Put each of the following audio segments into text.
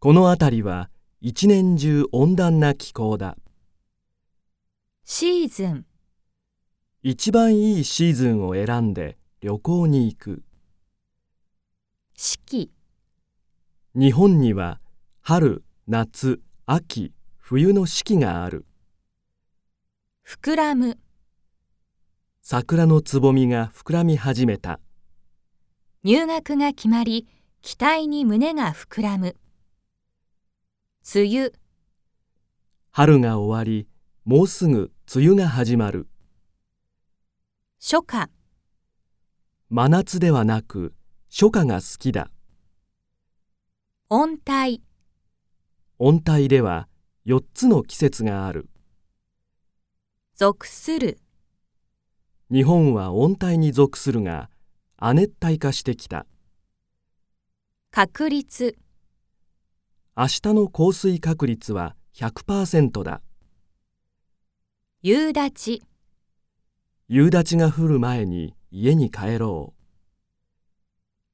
この辺りは一年中温暖な気候だ。シーズン、一番いいシーズンを選んで旅行に行く。四季、日本には春、夏、秋、冬の四季がある。膨らむ、桜のつぼみが膨らみ始めた。入学が決まり、期待に胸が膨らむ。梅雨、春が終わり、もうすぐ梅雨が始まる。初夏、真夏ではなく初夏が好きだ。温帯、温帯では4つの季節がある。属する、日本は温帯に属するが、亜熱帯化してきた。確率、明日の降水確率は100%だ。夕立ち、夕立が降る前に家に帰ろ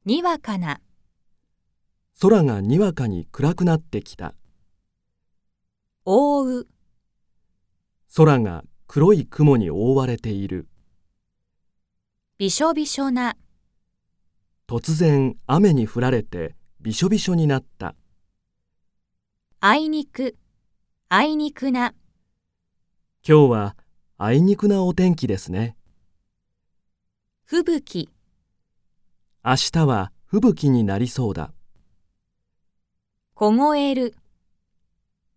う。にわかな、空がにわかに暗くなってきた。覆う、空が黒い雲に覆われている。びしょびしょな、突然雨に降られてびしょびしょになった。あいにく、あいにくな、今日はあいにくなお天気ですね。吹雪、明日は吹雪になりそうだ。凍える、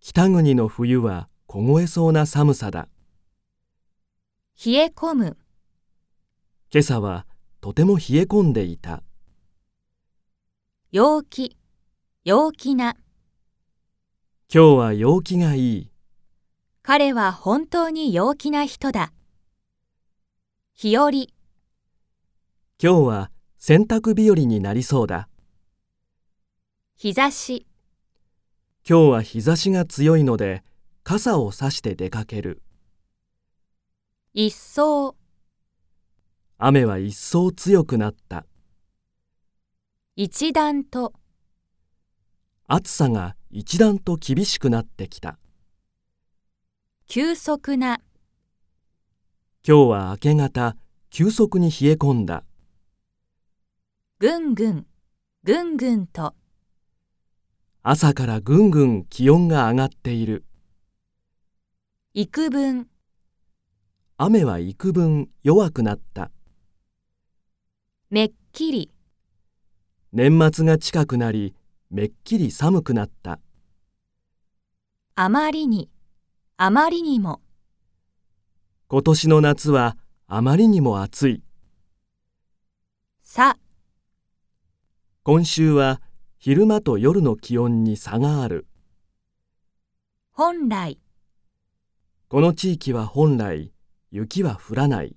北国の冬は凍えそうな寒さだ。冷え込む、今朝はとても冷え込んでいた。陽気、陽気な、今日は陽気がいい。彼は本当に陽気な人だ。日和、今日は洗濯日和になりそうだ。日差し、今日は日差しが強いので傘を差して出かける。一層、雨は一層強くなった。一段と、暑さが一段と厳しくなってきた。急速な、今日は明け方、急速に冷え込んだ。ぐんぐん、ぐんぐんと、朝からぐんぐん気温が上がっている。幾分、雨は幾分弱くなった。めっきり、年末が近くなり、めっきり寒くなった。あまりに、あまりにも、今年の夏はあまりにも暑い。さ、今週は昼間と夜の気温に差がある。本来。この地域は本来雪は降らない。